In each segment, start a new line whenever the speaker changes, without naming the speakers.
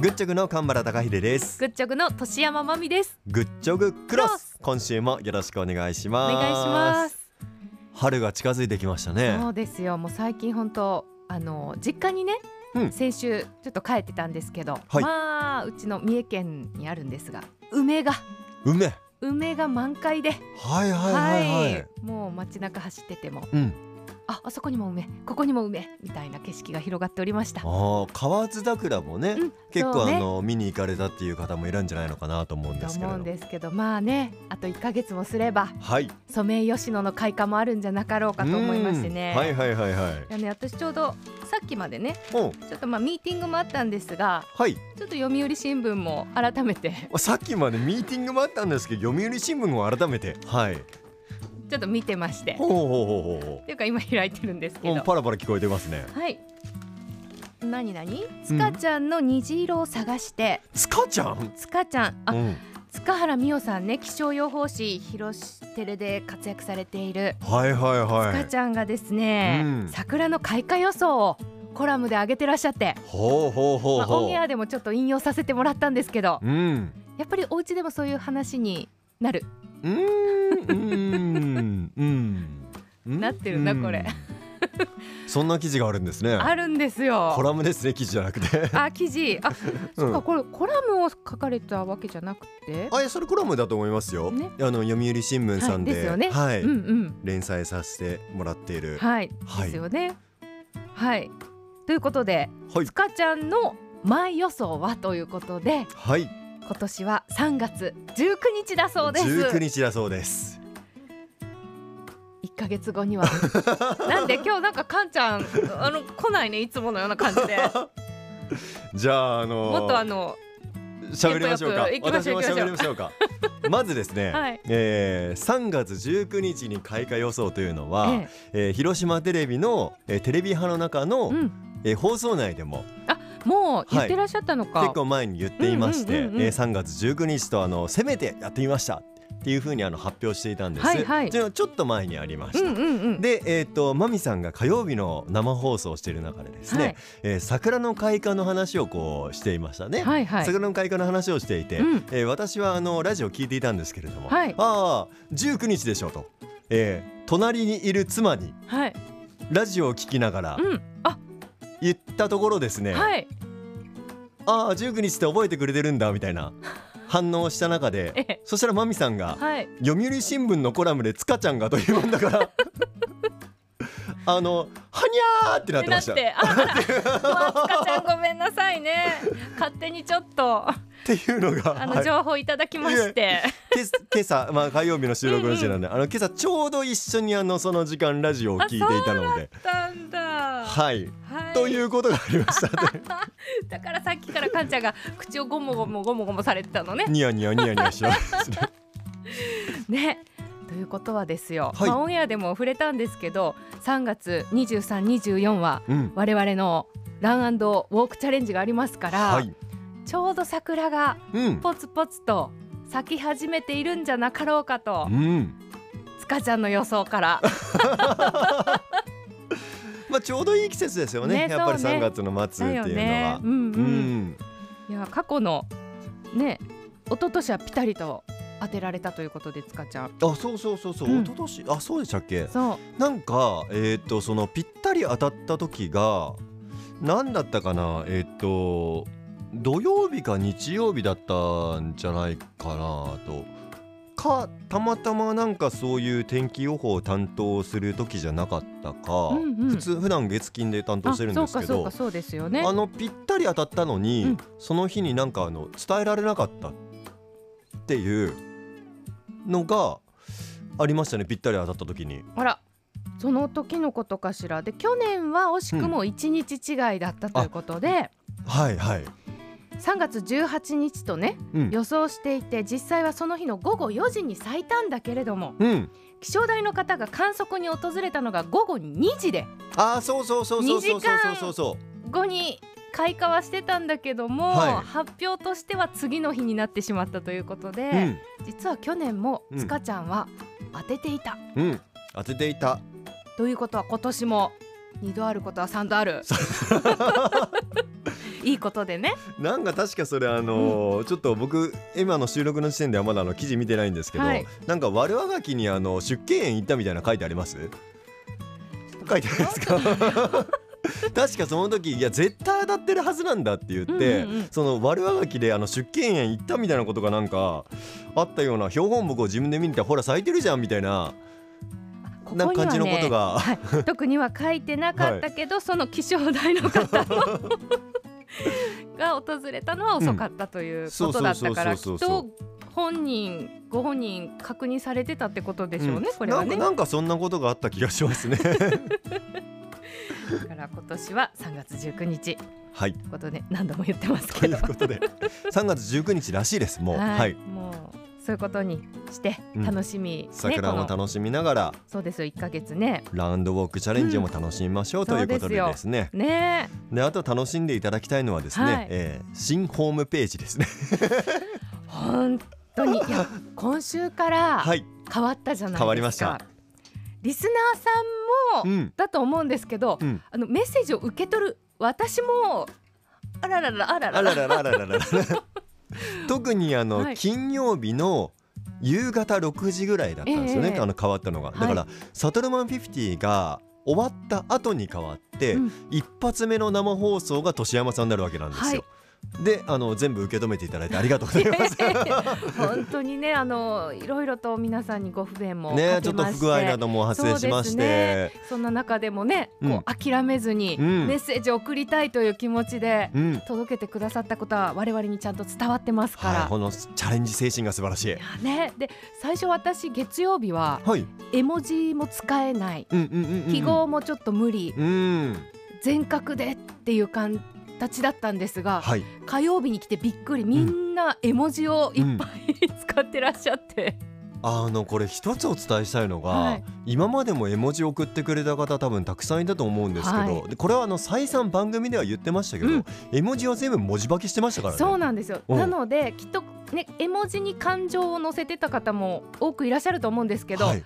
グッチョグの神原孝秀です
グッチョグの年山まみです。
グッチョグクロス
クロス
今週もよろしくお願いし
お
ます
願いします。
春が近づいてきましたね
そうですよ。もう最近本当あの実家にね、
うん
先週ちょっと帰ってたんですけど、
はい
まあうちの三重県にあるんですが、梅が
梅
梅が満開で、
はいはいはいはい、
はいもう街中走ってても、
うん、
ああそこにも梅、ここにも梅みたいな景色が広がっておりました。
あー河津桜もね、
うん
結
そ
構
うね
あの見に行かれたっていう方もいるんじゃないのかなと思うんで
と
すけれ
思う
ど
んですけど、まあね、あと一ヶ月もすれば
はい
ソメイヨシノの開花もあるんじゃなかろうかと思いましてね。
うんはいはいはいはい
いやね、私ちょうどさっきまでね
うん
ちょっとまあミーティングもあったんですが
はい
ちょっと読売新聞も改めて
さっきまでミーティングもあったんですけど読売新聞を改めてはい
ちょっと見てまして
ほうほうほうほうほう
っていうか今開いてるんですけ
うん
ど
パラパラ聞こえてますね
はい何何つかちゃんの虹色を探して、
つかちゃん
つかちゃんあ、
うん、
塚原美桜さんね気象予報士広しテレで活躍されている
はいはい
つ
は
か
い
ちゃんがですね、
うん
桜の開花予想をコラムで上げてらっしゃって、
ほうほうほう
まあ、
ほ
オ
う、
ンエアでもちょっと引用させてもらったんですけど
うん
やっぱりお家でもそういう話になる
うーんうんうん
なってるなこれ
うんそんな記事があるんですね
あるんですよ
コラムですね記事じゃなく て
あ記事 あ、そっかこれコラムを書かれたわけじゃなくて
あいやそれコラムだと思いますよ、
ね
あの読売新聞さんで,、
はいですよね
はい
うんうん
連載させてもらっている
はい
はい
ですよねはいということで
はい
つかちゃんの前予想はということで
はい
今年は3月19日だそうです
19日だそうです
1ヶ月後 にはなんで今日なんかかんちゃん あの来ないねいつものような 感じで
じゃああのー
もっとあの
喋りましょうか
テンポよく行
私
きましょ
も
う行きましょ
喋
う
りましょう かまずですね、
はい
えー3月19日に開花予想というのは、
え
えー広島テレビの、えーテレビ派の中の、
えうん
えー放送内でも
もう言ってらっしゃったのか、
結構前に言っていまして、
うんうんうんうん
えー3月19日とあのせめてやってみましたっていうふうにあの発表していたんです。
はいはい
というのはちょっと前にありまし
う
た。
んうんうん
で、えっ、と、まみさんが火曜日の生放送をしている中でですね、
はい
えー桜の開花の話をこうしていましたね。
はいはい
桜の開花の話をしていて、
うん
えー私はあのラジオを聞いていたんですけれども、
はい
ああ19日でしょうと、えー隣にいる妻に
はい
ラジオを聞きながら
うんあ
言ったところですね、
はい
ああ19日って覚えてくれてるんだみたいな反応をした中
え
で
え
そしたらまみさんが
はい
読売新聞のコラムで「つかちゃんが」というもんだから あの「はにゃー!」ってなってました。
っ
って
あら、まあ、つかちゃんごめんなさいね。勝手にちょっと
ていうのがは
あの
い
情報いただきまして、
け今朝、まあ、火曜日の収録の時なんで、あの今朝ちょうど一緒にあのその時間ラジオを聞いていたので。
たんだ。
はい、
はい。
ということがありましたね
だからさっきからかんちゃんが口をゴモゴモゴモゴモされてたのね。
ニヤニヤニヤニヤしますね
ね。ということはですよ。
はい
まあオンエアでも触れたんですけど、3月23、24は
うん
我々のランウォークチャレンジがありますから、
はい
ちょうど桜が
うん
ポツポツと咲き始めているんじゃなかろうかと
う。ん
つかちゃんの予想から。
まあちょうどいい季節ですよね
ね
やっぱり
そうね
3月の末っ
だ
ていうのは
よね。うんうん。
うん
いや過去のね一昨年はピタリと当てられたということでつかちゃん。
あそうそうそうそう、
うん
一昨年あそうでしたっけ
そう
なんかえっ、とそのぴったり当たった時が何だったかなえっ、と土曜日か日曜日だったんじゃないかなとかたまたまなんかそういう天気予報を担当する時じゃなかったか、
うんうん
普通普段月金で担当
あ
して
そ
る
う
んで
か
すけ
そう
ど
かそうですよね
あ。のぴったり当たったのに、
うん
その日になんかあの伝えられなかったっていうのがありましたねぴったり当たった時に。
あらその時のことかしらで去年は惜しくも一日違いだったということで、
はいはい。
3月18日とね
うん。
予想していて実際はその日の午後4時に咲いたんだけれども
うん。
気象台の方が観測に訪れたのが午後2時で
ああそうそうそうそうそう
二時間
そうそうそ
後に開花はしてたんだけども、
はい
発表としては次の日になってしまったということで。
う。うん。
実は去年も
うん
つかちゃんは当てていた、
うん。当てていた。
ということは今年も二度あることは三度ある いいことでね
なんか確かそれあのーちょっと僕今の収録の時点ではまだあの記事見てないんですけど、
はい
なんか悪あがきにあの出勤園行ったみたいなの書いてあります書いてないです
ちょ
か
っと待ってよ
確かその時いや絶対当たってるはずなんだって言って、
うんうんうん
その悪あがきであの出勤園行ったみたいなことがなんかあったような標本木を自分で見に行ったらほら咲いてるじゃんみたいな
ここに
な
はね
感じのことが、
はい、特には書いてなかったけど、その気象台の方 のが訪れたのは遅かったということだったから、
うんそうそうそう
きっ
そう
と本人ご本人確認されてたってことでしょうね、
うん
これは
な
ね
んかなんかそんなことがあった気がします ね
だから今年は3月19日とい
はい。
うことで何度も言ってます
と
け
い
ど
うこと で3月19日らしいですもうはい、
もうそういうことにして
うん
楽しみ、ね
桜を
この
楽しみながら
そうですよ1ヶ月ね
ラウンドウォークチャレンジも楽しみましょう、
うん
ということで
そう
で
です
ね
ねえ
であと楽しんでいただきたいのはですね、
はい
えー新ホームページですね
本当に いや今週から
はい
変わったじゃないですか、
変わりました
リスナーさんも、
うん
だと思うんですけど、
うん
あのメッセージを受け取る私もあらららあら
あ
ら
らららららら特にあの、
はい
金曜日の夕方6時ぐらいだったんですよね、
ええ
あの変わったのが、だからサトルマン50が終わった後に変わって、
うん
一発目の生放送が年山さんになるわけなんですよ、であの全部受け止めていただいてありがとうございます
本当にねあのいろいろと皆さんにご不便もかけま
ね
して
ちょっと不具合なども発生しまして、
そんな中でもね、こう諦めずに
うん
メッセージを送りたいという気持ちで
うん
届けてくださったことは我々にちゃんと伝わってますから。
はい、このチャレンジ精神が素晴らしい
い。やね、で最初私月曜日は
はい。
絵文字も使えない
うんうんうん、うん。
記号もちょっと無理、
うん。
全角でっていう形だったんですが、
はい。
火曜日に来てびっくりみんな絵文字をいっぱい、使ってらっしゃって、
あのこれ一つお伝えしたいのが、
はい
今までも絵文字送ってくれた方多分たくさんいたと思うんですけど、
は
でこれはあの再三番組では言ってましたけど、
うん
絵文字は全部文字化けしてましたからね。
そうなんですよ
うん
なのできっとね絵文字に感情を載せてた方も多くいらっしゃると思うんですけど、
はい、
う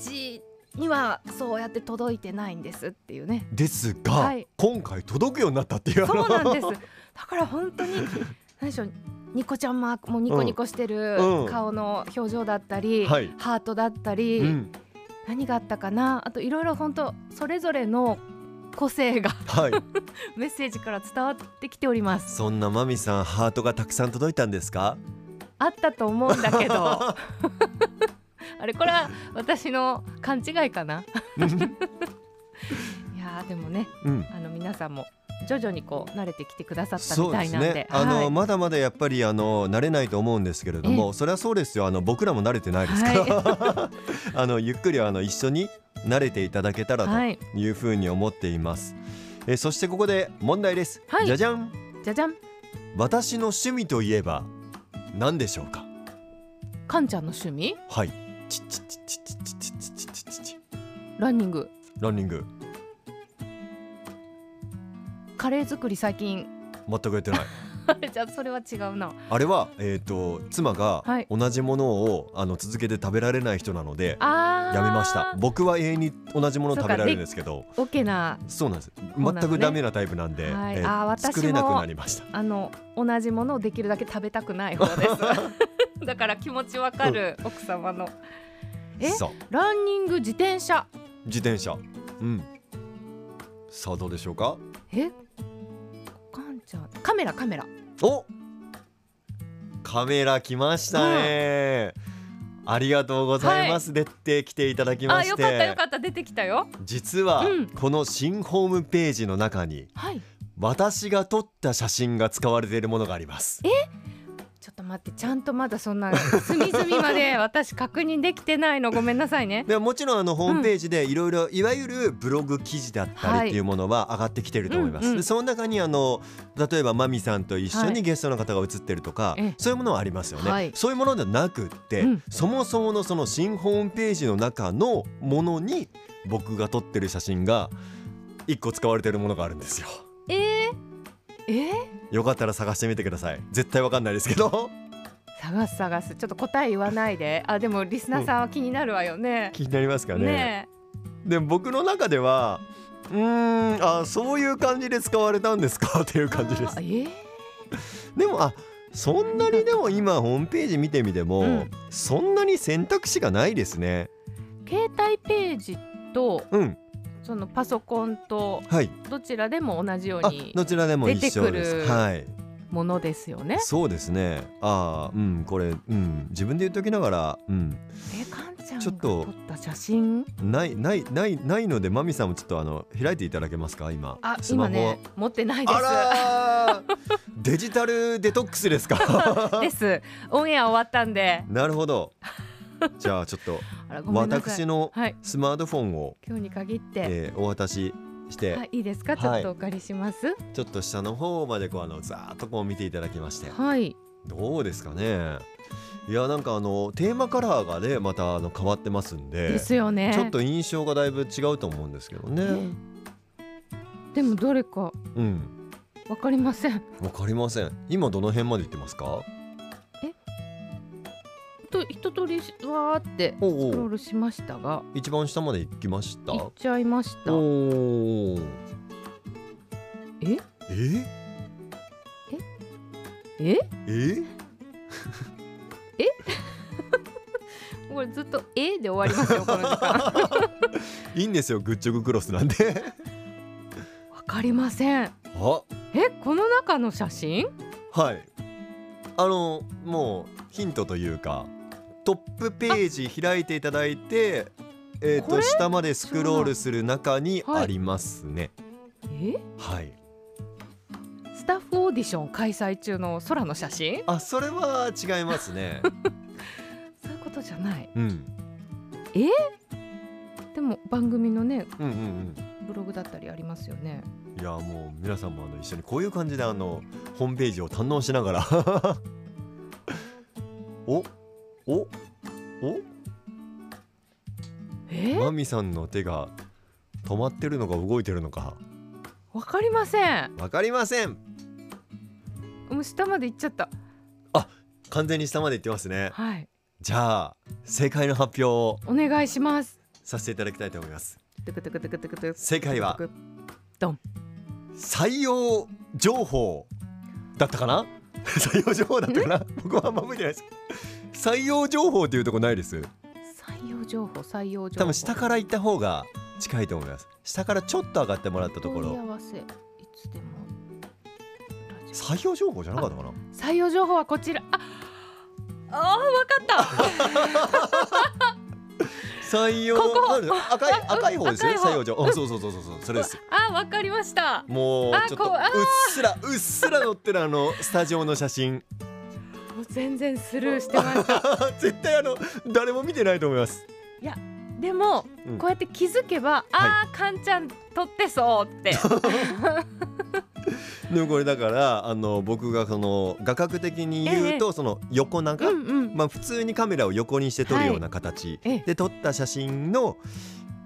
ちにはそうやって届いてないんですっていう ね
ですが、
はい
今回届くようになったっていう。。
そうなんですだから本 当に何でしょうニコちゃんマークもうニコニコしてる
うんうん
顔の表情だったり、
はい
ハートだったり、
うん。
何があったかなあといろいろ本当それぞれの個性が
はい。
メッセージから伝わってきております
そんなマミさんハートがたくさん届いたんですか？
あったと思うんだけど あれこれは私の勘違いかな いやーでもね
うん。
あの皆さんも徐々にこう慣れてきてくださった
そ
み
う
た
で
い
す
なんで
ね。あの、
はい
まだまだやっぱりあの慣れないと思うんですけれども、それはそうですよ。あの僕らも慣れてないですから、あのゆっくりあの一緒に慣れていただけたら
は
と
い、
いうふうに思っています。えそしてここで問題です。
はい
じゃじゃん。
じゃじゃん
私の趣味といえば何でしょうか。
かんちゃんの趣味
はい。ちちちちちちちちちちち
ランニング
ランニング
カレー作り最近
全くやってない。
あれじゃあそれは違うな
あれはえっ、と妻が
はい
同じものを、あの続けて食べられない人なので。
あー
やめました僕は永遠に同じもの食べられるんですけど
オッケーな
そうなんです。
なのね
全くダメなタイプなんで、
はい
え
あー
ー
私も
作れなくなりました。
あの同じものをできるだけ食べたくない方です だから気持ちわかる奥様のえ
そう、
ランニング自転車
自転車。うん。さあどうでしょうか。
えかんちゃんカメラカメラ
お、カメラ来ましたね。ありがとうございます。出てきていただき
あ
ま
よ
し
かったよ
て、
かった出てきたよ
実は
うん
この新ホームページの中に
はい
私が撮った写真が使われているものがあります。
ちょっと待ってちゃんとまだそんな隅々ま で私確認できてないのごめんなさいね
でもちろんあのホームページでいろいろいわゆるブログ記事だった
はい
りっていうものは上がってきてると思います、
うんうん
でその中にあの例えばマミさんと一緒
は
に
い
ゲストの方が映ってるとか、
ええ
そういうものはありますよね、
はい
そういうものではなくって、
うん
そもそものその新ホームページの中のものに僕が撮ってる写真が一個使われてるものがあるんですよ
えー、えー
よかったら探してみてください絶対わかんないですけど
探す探す ちょっと答え言わないであでもリスナーさんは気になるわよね、
気になりますかね
ね
で僕の中ではうーんあそういう感じで使われたんですかっていう感じです
あーえ
でもあそんなにでも今ホームページ見てみても、
うん
そんなに選択肢がないですね
ー携帯ページと
うん
そのパソコンと
はい
どちらでも同じよう
あ
に
どちらでも一緒で
出て
す
くる
はい
ものですよね。
そうですねあーうんこれうん自分で言っときながらうん
えかんちゃん
ちょ
が
っと
撮った写真
ないないないないのでマミさんもちょっとあの開いていただけますか今
あ
スマ
今
ホ
ね持ってないで
あらー デジタルデトックスですか
す。ですオンエア終わったんで
なるほ どじゃあちょっと
あらごめんなさ
私
い。
の
はい
スマートフォンを、
今日に限って、
えーお渡しして、
はいいいですかちょっとお借りします。
ちょっと下の方までこうあのざーっとこう見ていただきまして
はい
どうですかねいやなんかあのテーマカラーがねまたあの変わってますんで
ですよね。
ちょっと印象がだいぶ違うと思うんですけどね、
ねでもどれか
うん
わかりません。
わかりません今どの辺まで行ってますか
と一通りわーって
お
スクロー
お
ルしましたが
一番下まで行きました
行っちゃいました。
おお
え
え
え
え
これずっと「え」で終わりますよこの 時間
いいんですよグッチョグクロスなんで
わかりません
あ
えこの中の写真
はいあのもうヒントというかトップページ開いていただいてえっ、
ことれ
下までスクロールする中に
はい
ありますね
え
はい、
スタッフオーディション開催中の空の写真
あそれは違います ね
そういうことじゃない
うん
でも番組のね
うんうん
ブログだったりありますよね
うんいやもう皆さんもあの一緒にこういう感じであのホームページを堪能しながら おおお
え
マミさんの手が止まってるのか動いてるのか
わかりません
わかりません
もう下まで行っちゃった
完全に下まで行ってますね
はい
じゃあ正解の発表を
お願いします
させていただきたいと思います
トゥクトゥクトゥクトゥクトゥク
正解は
トゥクトゥ
採用情報だったかな 採用情報だったかな僕はあんま覚えてないです採用情報っていうとこないです
ク採用情報採用情
多
報
分下から行った方が近いと思います下からちょっと上がってもらったとこ
問い
ろ
合わせいつでもラジオ
採用情報じゃなかったかな
採用情報はこちらああーわかった
採用
ここ
ある 赤い赤い方ですね
赤い方
採用情報あそうそうそうそうそうそれです
あわかりました
もう
あ
ちょっとう
こうあー
っすらうっすら載ってるあのスタジオの写真
もう全然スルーしてました
絶対あの誰も見てないと思います
でも、
うん
こうやって気づけばあー、カンちゃん撮ってそうって
でもこれだからあの僕がその画角的に言うと、その横長、
うんうん
まあ普通にカメラを横にして撮るような形、
ええ
で撮った写真の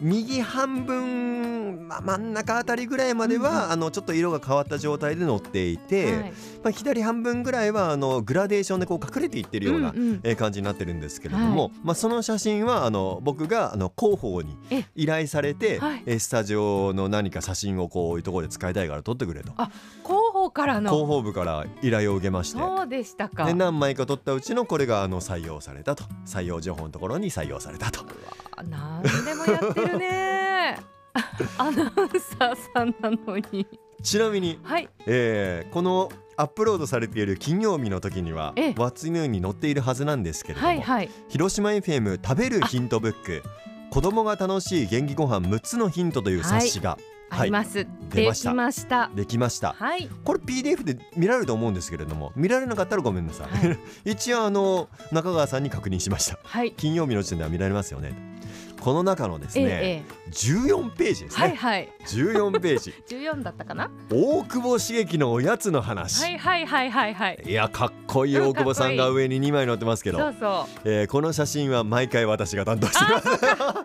右半分、まあ、真ん中あたりぐらいまでは、
うん
あのちょっと色が変わった状態で載っていて、
はい
まあ、左半分ぐらいはあのグラデーションでこう隠れていってるような
うんうん
えー感じになってるんですけれども、
は
まあ、その写真はあの僕があの広報に
え
依頼されて、
はい
えースタジオの何か写真をこういうところで使いたいから撮ってくれと
あ広報から
広
の
報部から依頼を受けまして
そうでしたか
で何枚か撮ったうちのこれがあの採用されたと採用情報のところに採用されたと
あなんでもやって るねアナウンサーさんなのに
ちなみに、
はい
えーこのアップロードされている金曜日の時には
え
「
え
ワッツニュー」に載っているはずなんですけれども、
はいはい
広島 FM 食べるヒントブック子供が楽しい元気ご飯6つのヒントという冊子が
あります、
出
で
ました
きました
できました
はい
これ PDF で見られると思うんですけれども見られなかったらごめんなさい、
は
一応あの中川さんに確認しました
はい
金曜日の時点では見られますよねこの中のです
ええ
ね、
ええ
14ページですね、
はいはい
14ページ
14だったかな
大久保茂樹のおやつの話、
はいはいはいはいはい
い、やかっこいい大久保さんが上に2枚載ってますけど
そうそう
えーこの写真は毎回私が担当してます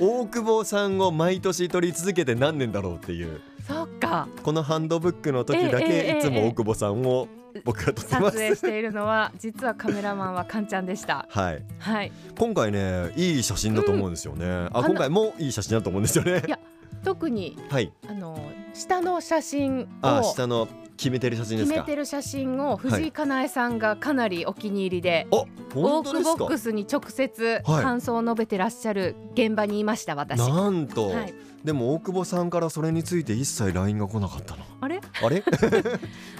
大久保さんを毎年撮り続けて何年だろうっていう
そうか
このハンドブックの時だ
えええ
け
え
いつも大久保さんを僕が撮ってま
撮影
す
し。ているのは実はカメラマンはカンちゃんでした
はい、
はい
今回ねいい写真だと思うんですよね、あ
花
今回もいい写真だと思うんですよね
や特に
はい
あの下の写真
あ
を
下の決めてる写真で
決
す
め
か
てる写真を藤井かなえさんがかなりお気に入りで、
あ
オ
本
ー
当
ク
で
ボ
す
ッ
か
クスに直接
はい
感想を述べてらっしゃる現場にいました私、は
なんと、
い、
でも大久保さんからそれについて一切 LINE が来なかったな
あれ
あ れ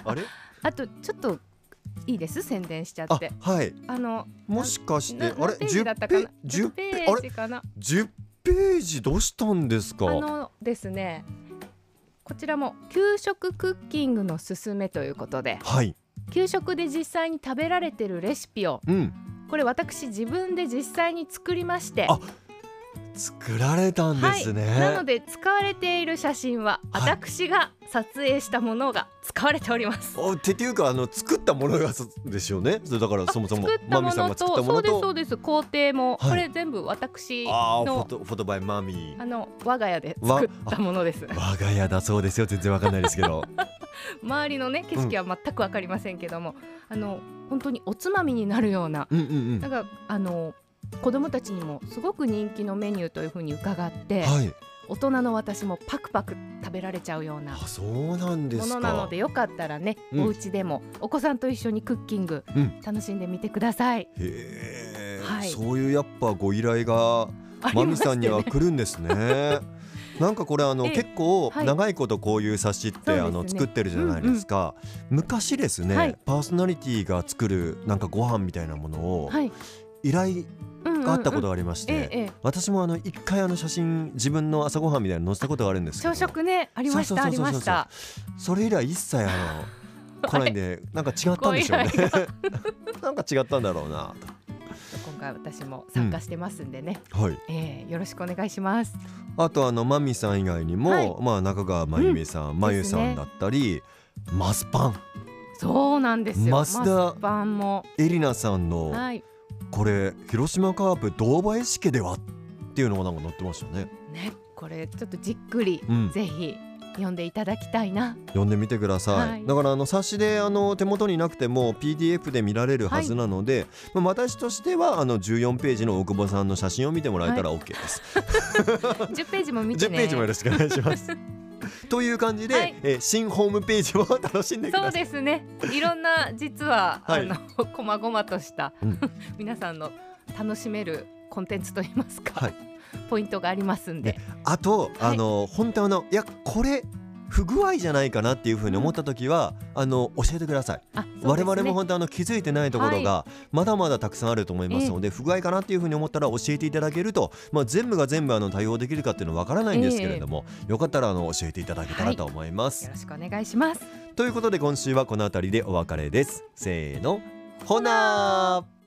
あれ
あとちょっといいです宣伝しちゃ
あ
って
はい
あの
もしかして
な
あれ
何ページだったか
ペ
な
10ペ
ペ
あ
ー
れ
ジかな
10ページどうしたんですか
あのですねこちらも給食クッキングのすすめということで
はい
給食で実際に食べられてるレシピを
うん
これ私自分で実際に作りまして
あ作られたんですね、
なので使われている写真は
はい
私が撮影したものが使われております。
おてっていうかあの作ったものがそですよねそれだから
あ
そもそも
作ったも
マミさん
の
が
と
作ったもの
そうですそ
と
うです工程も、
はい
これ全部私
ああフォ
の
トフォトバイマミ
あの我が家で作ったものです。
我が家だそうですよ全然わかんないですけ ど
周りのね景色は全くわかりませんけども、あの本当におつまみになるような
うんうんう
なんんかあの子供たちにもすごく人気のメニューというふうに伺って、
はい
大人の私もパクパク食べられちゃうような
あそうなんで
も
す
のなの
か
でよかったらね、
うん
お家でもお子さんと一緒にクッキング
うん
楽しんでみてください。
へえ、
はい
そういうやっぱご依頼が
あり
マ
ま
ミ
して
さんには
ね
来るんです ねなんかこれあの
ええ
結構
はい
長いことこういう冊子って
そうですね
あの作ってるじゃないですか昔です
は
ね
い
パーソナリティが作るなんかご飯みたいなものを
はい、
依頼
うんうんうん
があったことがありまし
ええ
て
ええ
私もあの一回あの写真自分の朝ごはんみたいなの載せたことがあるんですけ
朝
ど
食ねありまし
そうそ
た
うそう
あり
そう
ました。
それ以来一切あの来ないんでなんか違ったんでしょうね
ご依
なんか違ったんだろうな
今回私も参加してますんでね、
とはい
ええよろしくお願いします。
あとあのマミさん以外にも、
はい
まあ中川真由美さん、まゆさんだったり、マスパン
そうなんですよ。
マスダ
パンも
エリナさんの、
はい
これ広島カープ堂林家ではっていうのがなんか載ってましたね
ねこれちょっとじっくり、
うん
ぜひ読んでいただきたい な。
読んでみてください、
はい
だからあの冊子であの手元になくても PDF で見られるはずなので、まあ私としてはあの14ページの大久保さんの写真を見てもらえたら OK です、
10ページも 見て
10
ね。
ページもよろしくお願いし ますという感じで、
はい
えー新ホームページを楽しんでくだ
そ
さ
う
い
ですね。いろんな実は、
はい
あの こまごまとした、
うん
皆さんの楽しめるコンテンツといいますか、
はい
ポイントがありますんで、
あと、あの本当あのいやこれ不具合じゃないかなっていうふうに思った時は、あの教えてください、
あそう
我
ですね
々も本当あの気づいてないところがまだまだたくさんあると思いますので、不具合かなっていうふうに思ったら教えていただけると、まあ、全部が全部あの対応できるかっていうのはわからないんですけれども、よかったらあの教えていただけたらと思います、
よろしくお願いします。
ということで今週はこの辺りでお別れですせーのほなー